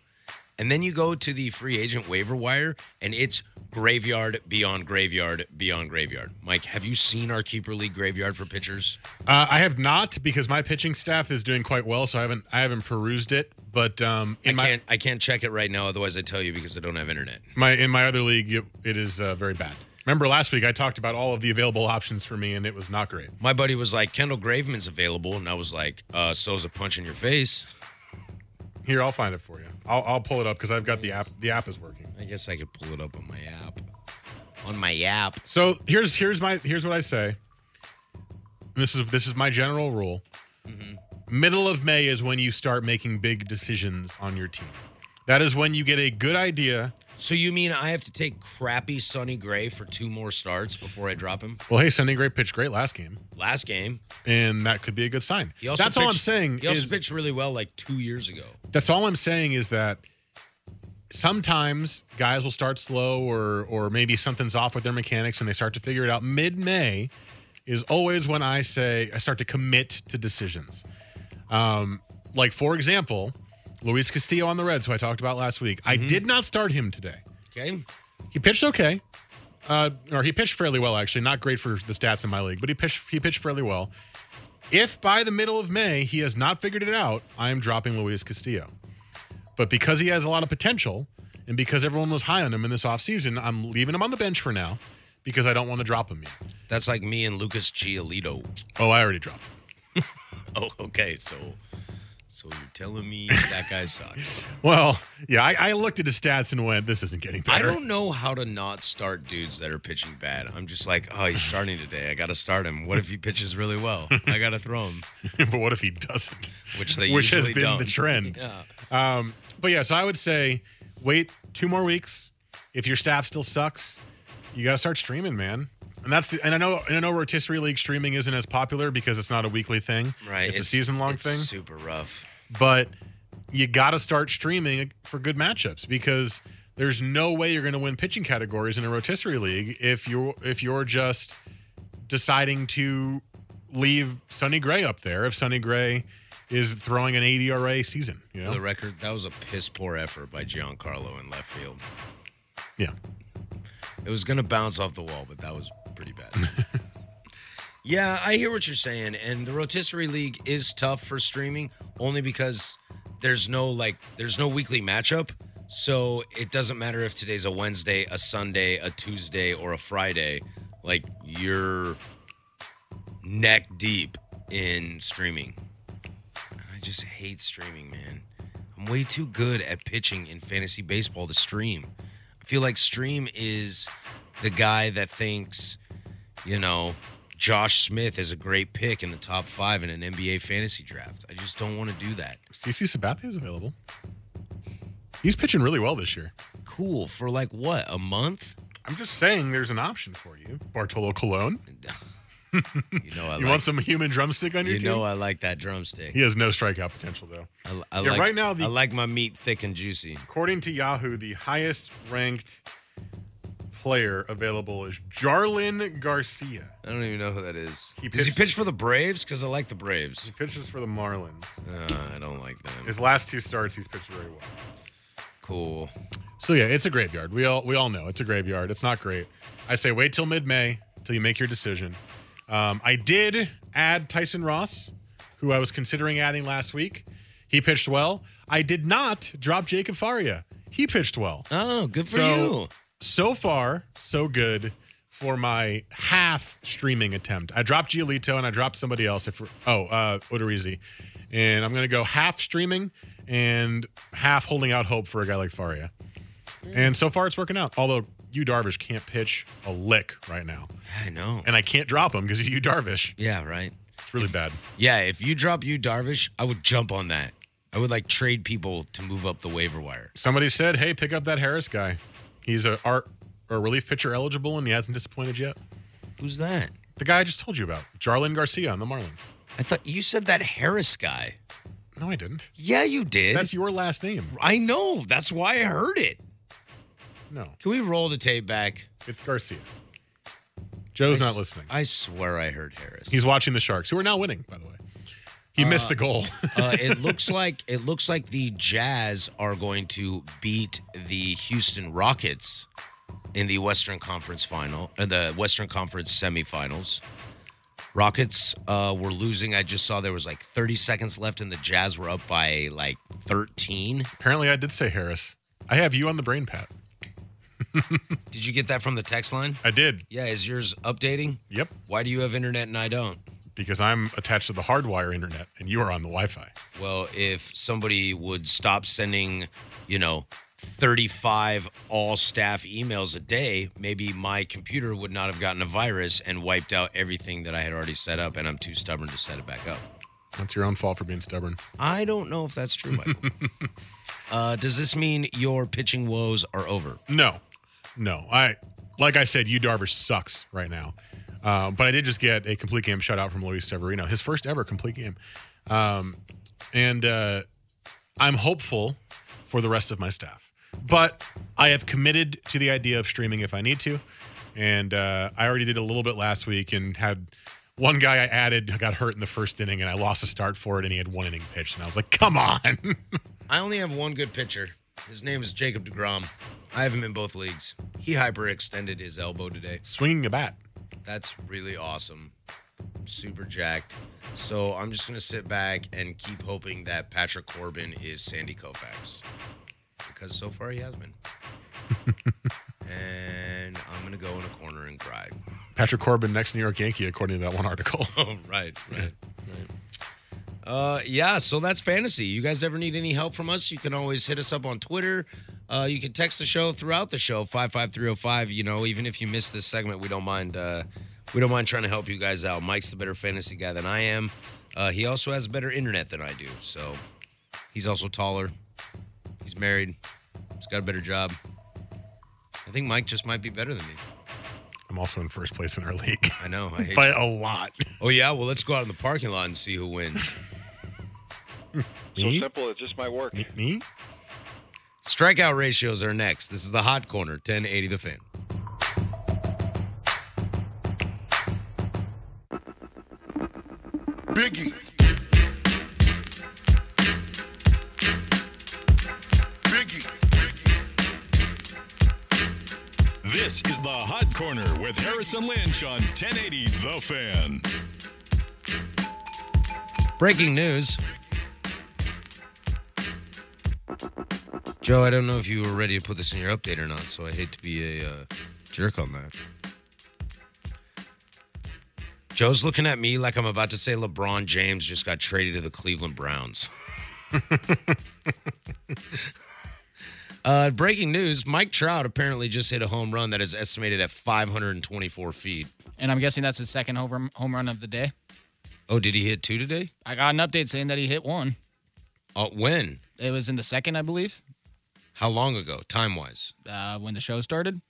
Speaker 9: And then you go to the free agent waiver wire, and it's graveyard beyond graveyard beyond graveyard. Mike, have you seen our keeper league graveyard for pitchers?
Speaker 2: Uh, I have not because my pitching staff is doing quite well, so I haven't I haven't perused it. But um, in
Speaker 9: I
Speaker 2: my
Speaker 9: can't. I can't check it right now. Otherwise, I tell you because I don't have internet.
Speaker 2: my in my other league, it, it is uh, very bad. Remember last week I talked about all of the available options for me, and it was not great.
Speaker 9: My buddy was like, Kendall Graveman's available, and I was like, uh, so's a punch in your face.
Speaker 2: Here, I'll find it for you. I'll, I'll pull it up because I've got the app. The app is working.
Speaker 9: I guess I could pull it up on my app. On my app.
Speaker 2: So here's here's my here's what I say. This is this is my general rule.
Speaker 9: Mm-hmm.
Speaker 2: Middle of May is when you start making big decisions on your team. That is when you get a good idea.
Speaker 9: So you mean I have to take crappy Sonny Gray for two more starts before I drop him?
Speaker 2: Well, hey, Sunday Gray pitched great last game,
Speaker 9: Last game,
Speaker 2: and that could be a good sign.
Speaker 9: he
Speaker 2: That's
Speaker 9: also
Speaker 2: all I'm
Speaker 9: pitched-
Speaker 2: saying.
Speaker 9: He also
Speaker 2: is,
Speaker 9: pitched really well like two years ago.
Speaker 2: That's all I'm saying is that sometimes guys will start slow or or maybe something's off with their mechanics and they start to figure it out. Mid May is always when I say I start to commit to decisions. Um, like for example, Luis Castillo on the Reds, who I talked about last week.
Speaker 9: Mm-hmm.
Speaker 2: I did not start him today.
Speaker 9: Okay.
Speaker 2: He pitched okay. Uh, or he pitched fairly well, actually. Not great for the stats in my league, but he pitched he pitched fairly well. If by the middle of May he has not figured it out, I am dropping Luis Castillo. But because he has a lot of potential, and because everyone was high on him in this offseason, I'm leaving him on the bench for now because I don't want to drop him yet.
Speaker 9: That's like me and Lucas Giolito.
Speaker 2: Oh, I already dropped.
Speaker 9: Oh, okay. So, so you're telling me that guy sucks?
Speaker 2: Well, yeah, I, I looked at his stats and went, this isn't getting better.
Speaker 9: I don't know how to not start dudes that are pitching bad. I'm just like, oh, he's starting today. I got to start him. What if he pitches really well? I got to throw him.
Speaker 2: but what if he doesn't?
Speaker 9: Which they
Speaker 2: which has
Speaker 9: usually
Speaker 2: been the
Speaker 9: don't.
Speaker 2: trend.
Speaker 9: Yeah.
Speaker 2: Um, but yeah, so I would say wait two more weeks. If your staff still sucks, you got to start streaming, man. And that's the, and I know and I know rotisserie league streaming isn't as popular because it's not a weekly thing.
Speaker 9: Right.
Speaker 2: It's, a season long
Speaker 9: it's
Speaker 2: thing.
Speaker 9: Super rough.
Speaker 2: But you got to start streaming for good matchups because there's no way you're going to win pitching categories in a rotisserie league if you're if you're just deciding to leave Sonny Gray up there if Sonny Gray is throwing an 80 RA season. You
Speaker 9: For
Speaker 2: know?
Speaker 9: the record, that was a piss poor effort by Giancarlo in left field.
Speaker 2: Yeah.
Speaker 9: It was going to bounce off the wall, but that was pretty bad. yeah, I hear what you're saying. And the Rotisserie League is tough for streaming only because there's no like there's no weekly matchup. So it doesn't matter if today's a Wednesday, a Sunday, a Tuesday, or a Friday. Like you're neck deep in streaming. And I just hate streaming, man. I'm way too good at pitching in fantasy baseball to stream. I feel like Stream is the guy that thinks, you know, Josh Smith is a great pick in the top five in an NBA fantasy draft. I just don't want to do that.
Speaker 2: CC Sabathia is available. He's pitching really well this year.
Speaker 9: Cool. For like what, a month?
Speaker 2: I'm just saying there's an option for you. Bartolo Colon.
Speaker 9: You know, I
Speaker 2: you
Speaker 9: like,
Speaker 2: want some human drumstick on your
Speaker 9: you
Speaker 2: team?
Speaker 9: know, I like that drumstick.
Speaker 2: he has no strikeout potential though.
Speaker 9: I, I
Speaker 2: Yeah,
Speaker 9: like,
Speaker 2: right now the-
Speaker 9: I like my meat thick and juicy.
Speaker 2: According to Yahoo, the highest ranked player available is Jarlin Garcia.
Speaker 9: I don't even know who that is.
Speaker 2: He
Speaker 9: Does he
Speaker 2: pitched-
Speaker 9: pitch for the Braves? Because I like the Braves.
Speaker 2: He pitches for the Marlins.
Speaker 9: Uh, I don't like them.
Speaker 2: His last two starts, he's pitched very well.
Speaker 9: Cool.
Speaker 2: So yeah, it's a graveyard. We all we all know it's a graveyard. It's not great. I say wait till mid May till you make your decision. Um, I did add Tyson Ross, who I was considering adding last week. He pitched well. I did not drop Jacob Faria. He pitched well.
Speaker 9: Oh, good for you.
Speaker 2: So far, so good for my half streaming attempt. I dropped Giolito and I dropped somebody else. If oh, uh, Odorizzi, and I'm gonna go half streaming and half holding out hope for a guy like Faria. And so far, it's working out. Although you Darvish can't pitch a lick right now,
Speaker 9: I know.
Speaker 2: and I can't drop him because he's you Darvish.
Speaker 9: Yeah, right.
Speaker 2: It's really bad.
Speaker 9: Yeah, if you drop you Darvish, I would jump on that. I would like trade people to move up the waiver wire.
Speaker 2: Somebody said, "Hey, pick up that Harris guy. He's a art or relief pitcher eligible, and he hasn't disappointed yet."
Speaker 9: Who's that?
Speaker 2: The guy I just told you about, Jarlin Garcia on the Marlins.
Speaker 9: I thought you said that Harris guy.
Speaker 2: No, I didn't.
Speaker 9: Yeah, you did.
Speaker 2: That's your last name.
Speaker 9: I know. That's why I heard it.
Speaker 2: No,
Speaker 9: Can we roll the tape back?
Speaker 2: it's Garcia. Joe's
Speaker 9: I
Speaker 2: not
Speaker 9: s-
Speaker 2: listening.
Speaker 9: I swear I heard Harris.
Speaker 2: He's watching the Sharks, who are now winning, by the way. He missed the goal.
Speaker 9: uh, it looks like it looks like the Jazz are going to beat the Houston Rockets in the Western Conference final and the Western Conference semifinals. Rockets uh, were losing. I just saw there was like 30 seconds left, and the Jazz were up by like 13.
Speaker 2: Apparently, I did say Harris. I have you on the brain, Pat.
Speaker 9: Did you get that from the text line?
Speaker 2: I did.
Speaker 9: Yeah, is yours updating?
Speaker 2: Yep.
Speaker 9: Why do you have internet and I don't?
Speaker 2: Because I'm attached to the hardwire internet and you are on the Wi Fi.
Speaker 9: Well, if somebody would stop sending, you know, 35 all staff emails a day, maybe my computer would not have gotten a virus and wiped out everything that I had already set up, and I'm too stubborn to set it back up.
Speaker 2: That's your own fault for being stubborn.
Speaker 9: I don't know if that's true, Michael. uh, does this mean your pitching woes are over?
Speaker 2: No, no. I like I said, you Darvish sucks right now. Uh, but I did just get a complete game shutout from Luis Severino, his first ever complete game. Um, and uh, I'm hopeful for the rest of my staff. But I have committed to the idea of streaming if I need to. And uh, I already did a little bit last week and had One guy I added got hurt in the first inning, and I lost a start for it, and he had one inning pitched, and I was like, "Come on!"
Speaker 9: I only have one good pitcher. His name is Jacob DeGrom. I have him in both leagues. He hyperextended his elbow today.
Speaker 2: Swinging a bat.
Speaker 9: That's really awesome. I'm super jacked. So I'm just going to sit back and keep hoping that Patrick Corbin is Sandy Koufax. Because so far he has been. and I'm going to go in a corner and cry.
Speaker 2: Patrick Corbin, next New York Yankee, according to that one article.
Speaker 9: Oh, right, right, right. Uh, yeah, so that's fantasy. You guys ever need any help from us? You can always hit us up on Twitter. Uh, you can text the show throughout the show five five three zero five. You know, even if you miss this segment, we don't mind. Uh, we don't mind trying to help you guys out. Mike's the better fantasy guy than I am. Uh, he also has better internet than I do. So he's also taller. He's married. He's got a better job. I think Mike just might be better than me.
Speaker 2: I'm also in first place in our league.
Speaker 9: I know. I hate
Speaker 2: By
Speaker 9: you.
Speaker 2: a lot.
Speaker 9: Oh yeah, well let's go out in the parking lot and see who wins.
Speaker 13: So simple, it just might work.
Speaker 2: Me?
Speaker 9: Strikeout ratios are next. This is the hot corner, 1080 the fan.
Speaker 12: Biggie.
Speaker 4: This is the hot corner with Harrison Lynch on 1080 The Fan.
Speaker 9: Breaking news. Joe, I don't know if you were ready to put this in your update or not, so I hate to be a uh, jerk on that. Joe's looking at me like I'm about to say LeBron James just got traded to the Cleveland Browns. uh, breaking news Mike Trout apparently just hit a home run that is estimated at 524 feet.
Speaker 11: And I'm guessing that's his second home home run of the day.
Speaker 9: Oh, did he hit two today?
Speaker 11: I got an update saying that he hit one.
Speaker 9: Uh, when?
Speaker 11: It was in the second, I believe,
Speaker 9: How long ago, time wise?
Speaker 11: uh, when the show started.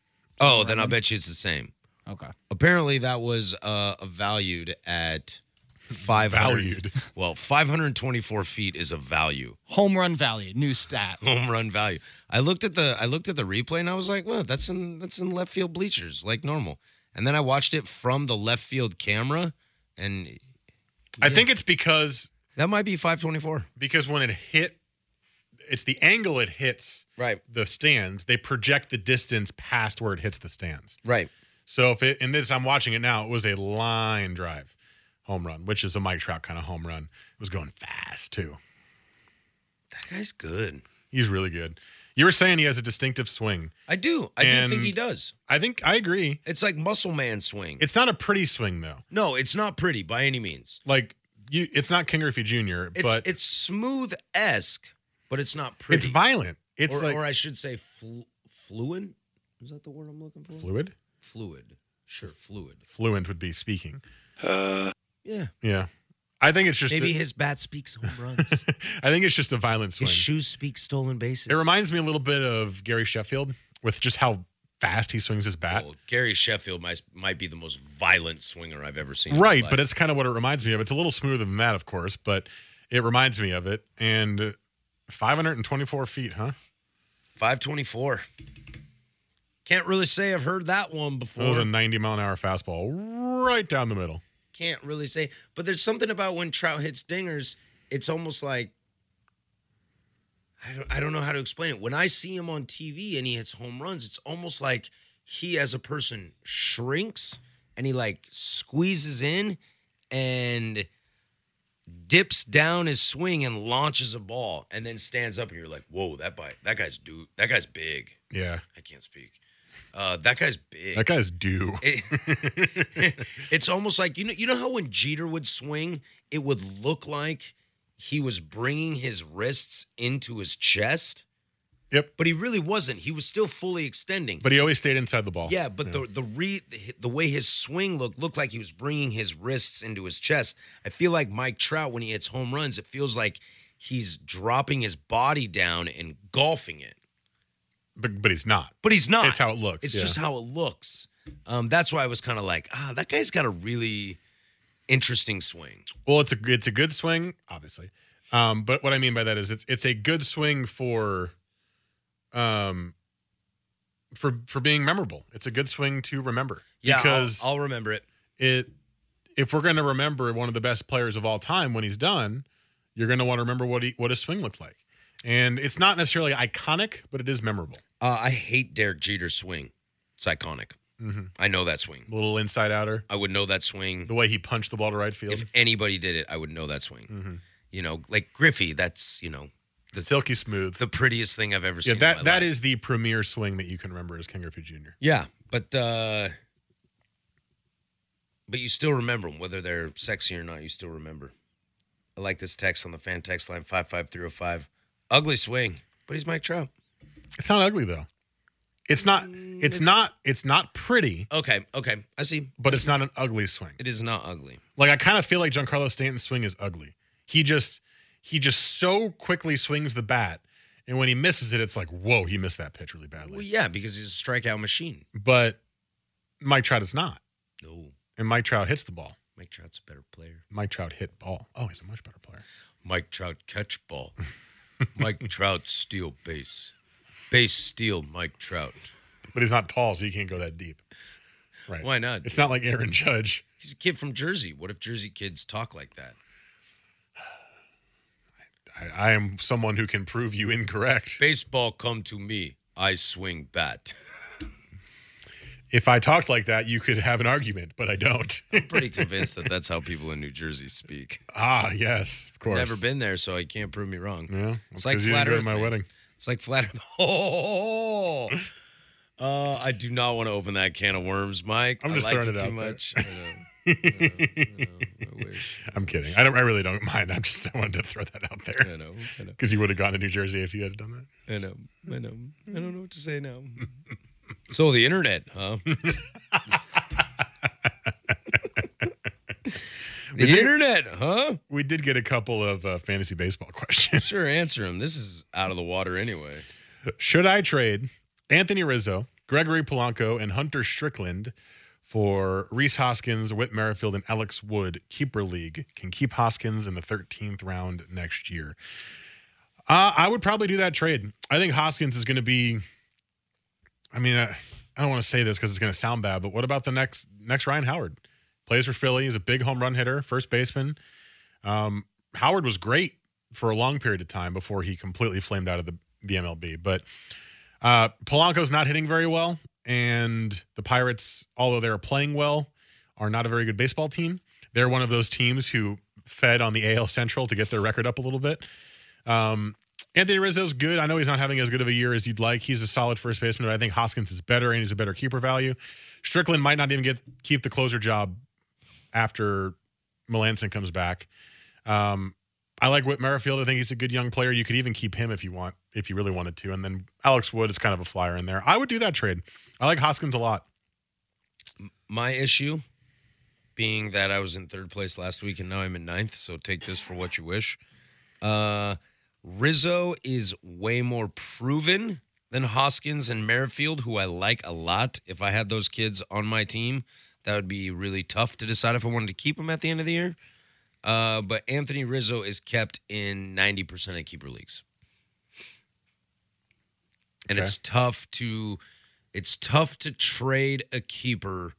Speaker 9: Oh, then I'll bet you it's the same.
Speaker 11: Okay.
Speaker 9: Apparently, that was uh, valued at five
Speaker 2: Valued.
Speaker 9: Well, five hundred twenty-four feet is a value,
Speaker 11: Home run value, new stat.
Speaker 9: home run value. I looked at the I looked at the replay and I was like, "Well, that's in that's in left field bleachers, like normal." And then I watched it from the left field camera, and
Speaker 2: I think it's because
Speaker 9: that might be 524.
Speaker 2: Because when it hit, it's the angle it hits
Speaker 9: right
Speaker 2: the stands. They project the distance past where it hits the stands.
Speaker 9: Right.
Speaker 2: So if it in this, I'm watching it now. It was a line drive, home run, which is a Mike Trout kind of home run. It was going fast too.
Speaker 9: That guy's good.
Speaker 2: He's really good. You were saying he has a distinctive swing.
Speaker 9: I do. I do think
Speaker 2: And
Speaker 9: he does.
Speaker 2: I think I agree.
Speaker 9: It's like muscle man swing.
Speaker 2: It's not a pretty swing though.
Speaker 9: no, it's not pretty by any means.
Speaker 2: Like you, it's not King Griffey Jr.
Speaker 9: It's
Speaker 2: but
Speaker 9: it's smooth esque, but it's not pretty.
Speaker 2: it's violent. It's
Speaker 9: or,
Speaker 2: like
Speaker 9: or I should say, flu- fluent. Is that the word I'm looking for?
Speaker 2: fluid.
Speaker 9: Fluid. Sure, fluid.
Speaker 2: Fluent would be speaking.
Speaker 13: Uh,
Speaker 9: Yeah.
Speaker 2: Yeah. I think it's just
Speaker 9: Maybe
Speaker 2: a-
Speaker 9: his bat speaks home runs.
Speaker 2: I think it's just a violent swing.
Speaker 9: his shoes speak stolen bases.
Speaker 2: It reminds me a little bit of Gary Sheffield with just how fast he swings his bat.
Speaker 9: Well, Gary Sheffield might might be the most violent swinger I've ever seen. in my
Speaker 2: right,
Speaker 9: life.
Speaker 2: but it's kind of what it reminds me of. It's a little smoother than that, of course, but it reminds me of it. And uh, 524 feet, huh?
Speaker 9: 524. Can't really say I've heard that one before.
Speaker 2: That was a 90 mile an hour fastball right down the middle.
Speaker 9: Can't really say. But there's something about when Trout hits dingers, it's almost like I don't I don't know how to explain it. When I see him on TV and he hits home runs, it's almost like he as a person shrinks and he like squeezes in and dips down his swing and launches a ball and then stands up and you're like, whoa, that bite, that guy's dude, that guy's big.
Speaker 2: Yeah.
Speaker 9: I can't speak. Uh, that guy's big.
Speaker 2: That guy's due.
Speaker 9: It- it's almost like you know you know how when Jeter would swing, it would look like he was bringing his wrists into his chest.
Speaker 2: Yep.
Speaker 9: But he really wasn't. He was still fully extending.
Speaker 2: But he always stayed inside the ball.
Speaker 9: yeah, but the the re the way his swing looked looked like he was bringing his wrists into his chest. I feel like Mike Trout when he hits home runs, it feels like he's dropping his body down and golfing it.
Speaker 2: But, but he's not.
Speaker 9: But he's not.
Speaker 2: It's how it looks.
Speaker 9: It's
Speaker 2: yeah.
Speaker 9: just how it looks. Um, that's why I was kind of like, ah, that guy's got a really interesting swing.
Speaker 2: Well, it's a it's a good swing, obviously. Um, but what I mean by that is it's it's a good swing for, um, for for being memorable. It's a good swing to remember
Speaker 9: Yeah, I'll-
Speaker 2: because
Speaker 9: I'll, remember it.
Speaker 2: it if we're going to remember one of the best players of all time when he's done, you're going to want to remember what he, what his swing looked like. And it's not necessarily iconic, but it is memorable.
Speaker 9: Uh, I hate Derek Jeter's swing. It's iconic.
Speaker 2: Mm-hmm.
Speaker 9: I know that swing.
Speaker 2: A little inside outer.
Speaker 9: I would know that swing.
Speaker 2: The way he punched the ball to right field.
Speaker 9: If anybody did it, I would know that swing.
Speaker 2: Mhm.
Speaker 9: You know, like Griffey, that's, you know, the
Speaker 2: silky smooth,
Speaker 9: the prettiest thing I've ever
Speaker 2: Yeah,
Speaker 9: seen.
Speaker 2: that
Speaker 9: in my
Speaker 2: that
Speaker 9: life.
Speaker 2: is the premier swing that you can remember as King Griffey Jr.
Speaker 9: Yeah, but uh but you still remember them, whether they're sexy or not. You still remember. I like this text on the fan text line five five three zero five. Ugly swing, but he's Mike Trout.
Speaker 2: It's not ugly though. It's not. It's, not. It's not pretty.
Speaker 9: Okay, okay, I see.
Speaker 2: But it's not an ugly swing.
Speaker 9: It is not ugly.
Speaker 2: Like I kind of feel like Giancarlo Stanton's swing is ugly. He just he just so quickly swings the bat, and when he misses it, it's like whoa, he missed that pitch really badly.
Speaker 9: Well, yeah, because he's a strikeout machine.
Speaker 2: But Mike Trout is not,
Speaker 9: No,
Speaker 2: and Mike Trout hits the ball.
Speaker 9: Mike Trout's a better player.
Speaker 2: Mike Trout hit ball. Oh, he's a much better player.
Speaker 9: Mike Trout catch ball. Mike Trout steal base. Base steal Mike Trout.
Speaker 2: But he's not tall, so he can't go that deep. Right?
Speaker 9: Why not?
Speaker 2: It's not like Aaron Judge.
Speaker 9: He's a kid from Jersey. What if Jersey kids talk like that?
Speaker 2: I, I am someone who can prove you incorrect.
Speaker 9: Baseball come to me. I swing bat.
Speaker 2: If I talked like that, you could have an argument, but I don't.
Speaker 9: I'm pretty convinced that that's how people in New Jersey speak.
Speaker 2: ah, yes, of course.
Speaker 9: Never been there, so you can't prove me wrong.
Speaker 2: Yeah,
Speaker 9: it's like
Speaker 2: 'cause you
Speaker 9: flat
Speaker 2: didn't go to
Speaker 9: Earth.
Speaker 2: my
Speaker 9: man.
Speaker 2: wedding.
Speaker 9: It's like flat Earth. Oh, uh, I do not want to open that can of worms, Mike.
Speaker 2: I'm
Speaker 9: I
Speaker 2: just
Speaker 9: like
Speaker 2: throwing it
Speaker 9: too
Speaker 2: out there.
Speaker 9: much. I know.
Speaker 2: I'm kidding. I don't. I really don't mind. I'm just. I wanted to throw that out there.
Speaker 9: I know, I know.
Speaker 2: Because you would have gone to New Jersey if you had done
Speaker 9: I know. I know. I don't know what to say now. So the internet, huh?
Speaker 2: that.
Speaker 9: The internet, huh?
Speaker 2: We did get a couple of uh, fantasy baseball questions.
Speaker 9: Sure, answer him. This is out of the water anyway.
Speaker 2: Should I trade Anthony Rizzo, Gregory Polanco, and Hunter Strickland for Reese Hoskins, Whit Merrifield, and Alex Wood? Keeper League can keep Hoskins in the 13th round next year. Uh, I would probably do that trade. I think Hoskins is going to be. I mean, I, I don't want to say this because it's going to sound bad, but what about the next next Ryan Howard? Plays for Philly. He's a big home run hitter, first baseman. Um, Howard was great for a long period of time before he completely flamed out of the, the MLB. But uh, Polanco's not hitting very well, and the Pirates, although they're playing well, are not a very good baseball team. They're one of those teams who fed on the AL Central to get their record up a little bit. Um, Anthony Rizzo's good. I know he's not having as good of a year as you'd like. He's a solid first baseman, but I think Hoskins is better and he's a better keeper value. Strickland might not even get keep the closer job after Melanson comes back. Um, I like Whit Merrifield. I think he's a good young player. You could even keep him if you want, if you really wanted to. And then Alex Wood is kind of a flyer in there. I would do that trade. I like Hoskins a lot.
Speaker 9: My issue being that I was in third place last week and now I'm in ninth, so take this for what you wish. Uh, Rizzo is way more proven than Hoskins and Merrifield, who I like a lot. If I had those kids on my team, that would be really tough to decide if I wanted to keep them at the end of the year. Uh, but Anthony Rizzo is kept in 90% of keeper leagues. And
Speaker 2: Okay.
Speaker 9: it's tough to it's tough to trade a keeper.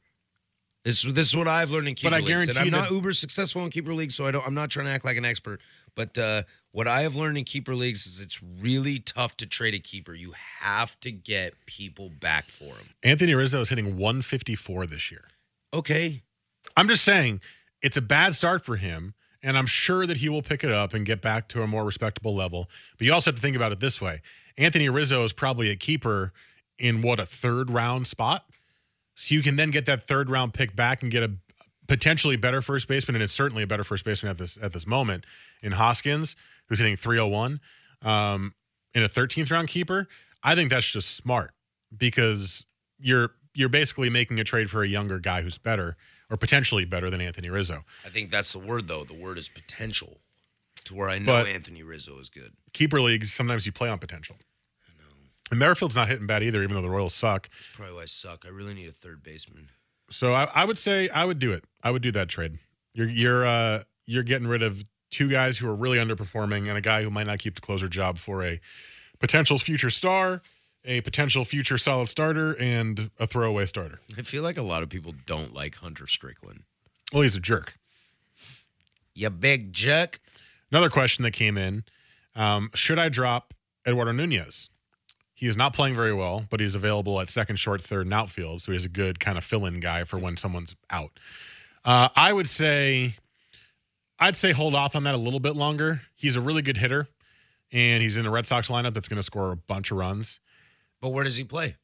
Speaker 9: This this is what I've learned in keeper
Speaker 2: I
Speaker 9: leagues. and
Speaker 2: guarantee
Speaker 9: I'm not
Speaker 2: that-
Speaker 9: uber successful in keeper leagues, so I don't. I'm not trying to act like an expert. But uh, what I have learned in keeper leagues is it's really tough to trade a keeper. You have to get people back for them.
Speaker 2: Anthony Rizzo is hitting 154 this year.
Speaker 9: Okay,
Speaker 2: I'm just saying it's a bad start for him, and I'm sure that he will pick it up and get back to a more respectable level. But you also have to think about it this way Anthony Rizzo is probably a keeper in what a third round spot. So you can then get that third round pick back and get a potentially better first baseman, and it's certainly a better first baseman at this at this moment in Hoskins, who's hitting 301, um, in a 13th round keeper. I think that's just smart because you're you're basically making a trade for a younger guy who's better or potentially better than Anthony Rizzo.
Speaker 9: I think that's the word though. The word is potential. To where I know
Speaker 2: But-
Speaker 9: Anthony Rizzo is good.
Speaker 2: Keeper leagues sometimes you play on potential. And Merrifield's not hitting bad either, even though the Royals suck.
Speaker 9: That's probably why I suck. I really need a third baseman.
Speaker 2: So I, I would say I would do it. I would do that trade. You're you're uh, you're getting rid of two guys who are really underperforming and a guy who might not keep the closer job for a potential future star, a potential future solid starter, and a throwaway starter.
Speaker 9: I feel like a lot of people don't like Hunter Strickland.
Speaker 2: Well, he's a jerk.
Speaker 9: You big jerk.
Speaker 2: Another question that came in um, Should I drop Eduardo Nunez? He is not playing very well, but he's available at second, short, third, and outfield. So he's a good kind of fill in guy for when someone's out. Uh, I would say, I'd say hold off on that a little bit longer. He's a really good hitter, and he's in the Red Sox lineup that's going to score a bunch of runs.
Speaker 9: But where does he play?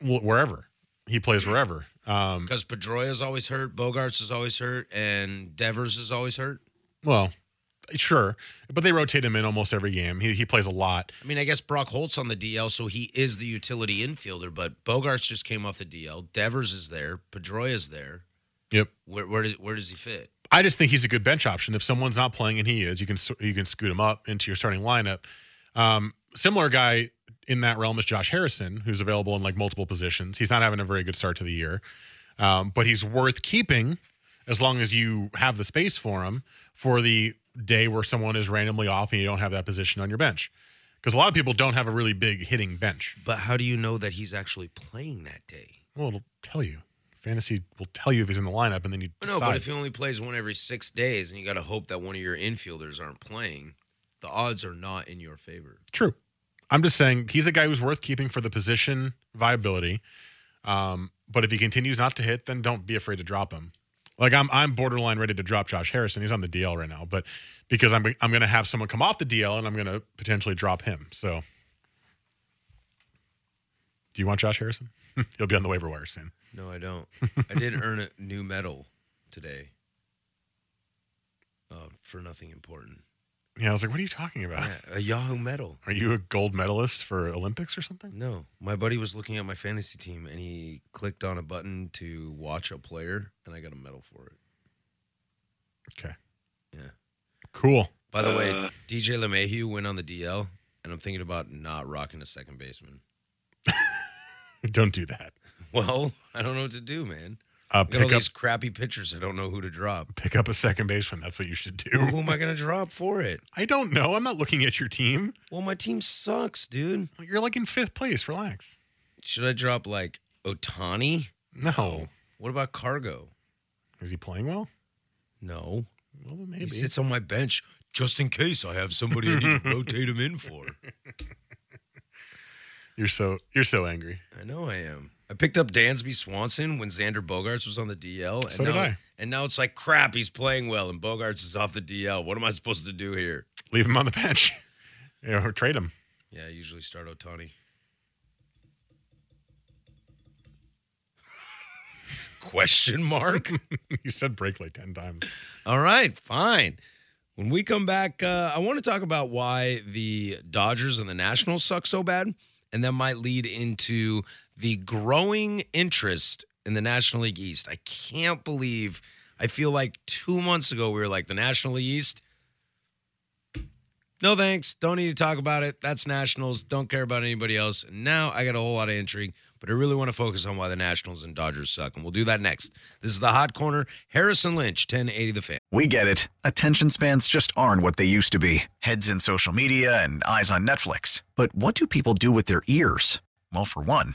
Speaker 2: Wh- wherever he plays, wherever. Um,
Speaker 9: Because Pedroia's always hurt, Bogarts is always hurt, and Devers is always hurt.
Speaker 2: well, sure, but they rotate him in almost every game. He he plays a lot.
Speaker 9: I mean, I guess Brock Holt's on the DL, so he is the utility infielder. But Bogarts just came off the DL. Devers is there. Pedroia's there.
Speaker 2: Yep.
Speaker 9: Where where does where does he fit?
Speaker 2: I just think he's a good bench option. If someone's not playing and he is, you can you can scoot him up into your starting lineup. Um, similar guy in that realm is Josh Harrison, who's available in like multiple positions. He's not having a very good start to the year, um, but he's worth keeping as long as you have the space for him for the day where someone is randomly off and you don't have that position on your bench. Because a lot of people don't have a really big hitting bench.
Speaker 9: But how do you know that he's actually playing that day?
Speaker 2: Well, it'll tell you. Fantasy will tell you if he's in the lineup, and then you decide.
Speaker 9: No, but if he only plays one every six days, and you got to hope that one of your infielders aren't playing, the odds are not in your favor.
Speaker 2: True. I'm just saying he's a guy who's worth keeping for the position viability. Um, but if he continues not to hit, then don't be afraid to drop him. Like I'm, I'm borderline ready to drop Josh Harrison. He's on the DL right now, but because I'm, I'm going to have someone come off the DL and I'm going to potentially drop him. So, do you want Josh Harrison? He'll be on the waiver wire soon.
Speaker 9: No, I don't. I did earn a new medal today uh, for nothing important.
Speaker 2: Yeah, I was like, what are you talking about?
Speaker 9: Yeah, a Yahoo medal.
Speaker 2: Are you a gold medalist for Olympics or something?
Speaker 9: No, my buddy was looking at my fantasy team and he clicked on a button to watch a player, and I got a medal for it.
Speaker 2: Okay.
Speaker 9: Mm. Yeah.
Speaker 2: Cool.
Speaker 9: By the way,
Speaker 2: Uh.
Speaker 9: DJ LeMahieu went on the DL, and I'm thinking about not rocking a second baseman.
Speaker 2: Don't do that.
Speaker 9: Well, I don't know what to do, man.
Speaker 2: Uh,
Speaker 9: I got all
Speaker 2: pick up-
Speaker 9: these crappy pitchers. I don't know who to drop.
Speaker 2: Pick up a second baseman. That's what you should do.
Speaker 9: Who am I going to drop for it?
Speaker 2: I don't know. I'm not looking at your team.
Speaker 9: Well, my team sucks, dude.
Speaker 2: You're like in fifth place. Relax.
Speaker 9: Should I drop like Otani?
Speaker 2: No.
Speaker 9: What about Cargo?
Speaker 2: Is he playing well?
Speaker 9: No.
Speaker 2: Well, then maybe.
Speaker 9: He sits on my bench just in case I have somebody I need to rotate him in for.
Speaker 2: You're so you're so angry.
Speaker 9: I know I am. I picked up Dansby Swanson when Xander Bogarts was on the DL. And
Speaker 2: So did
Speaker 9: now,
Speaker 2: I.
Speaker 9: And now it's like, crap, he's playing well, and Bogarts is off the DL. What am I supposed to do here?
Speaker 2: Leave him on the bench. You know, or trade him.
Speaker 9: Yeah, I usually start Otani. Question mark?
Speaker 2: you said break like ten times.
Speaker 9: All right, fine. When we come back, uh, I want to talk about why the Dodgers and the Nationals suck so bad, and that might lead into the growing interest in the National League East. I can't believe. I feel like two months ago we were like the National League East. No thanks. Don't need to talk about it. That's Nationals. Don't care about anybody else. And now I got a whole lot of intrigue, but I really want to focus on why the Nationals and Dodgers suck. And we'll do that next. This is the Hot Corner. Harrison Lynch, 1080 The Fan.
Speaker 14: We get it. Attention spans just aren't what they used to be heads in social media and eyes on Netflix. But what do people do with their ears? Well, for one,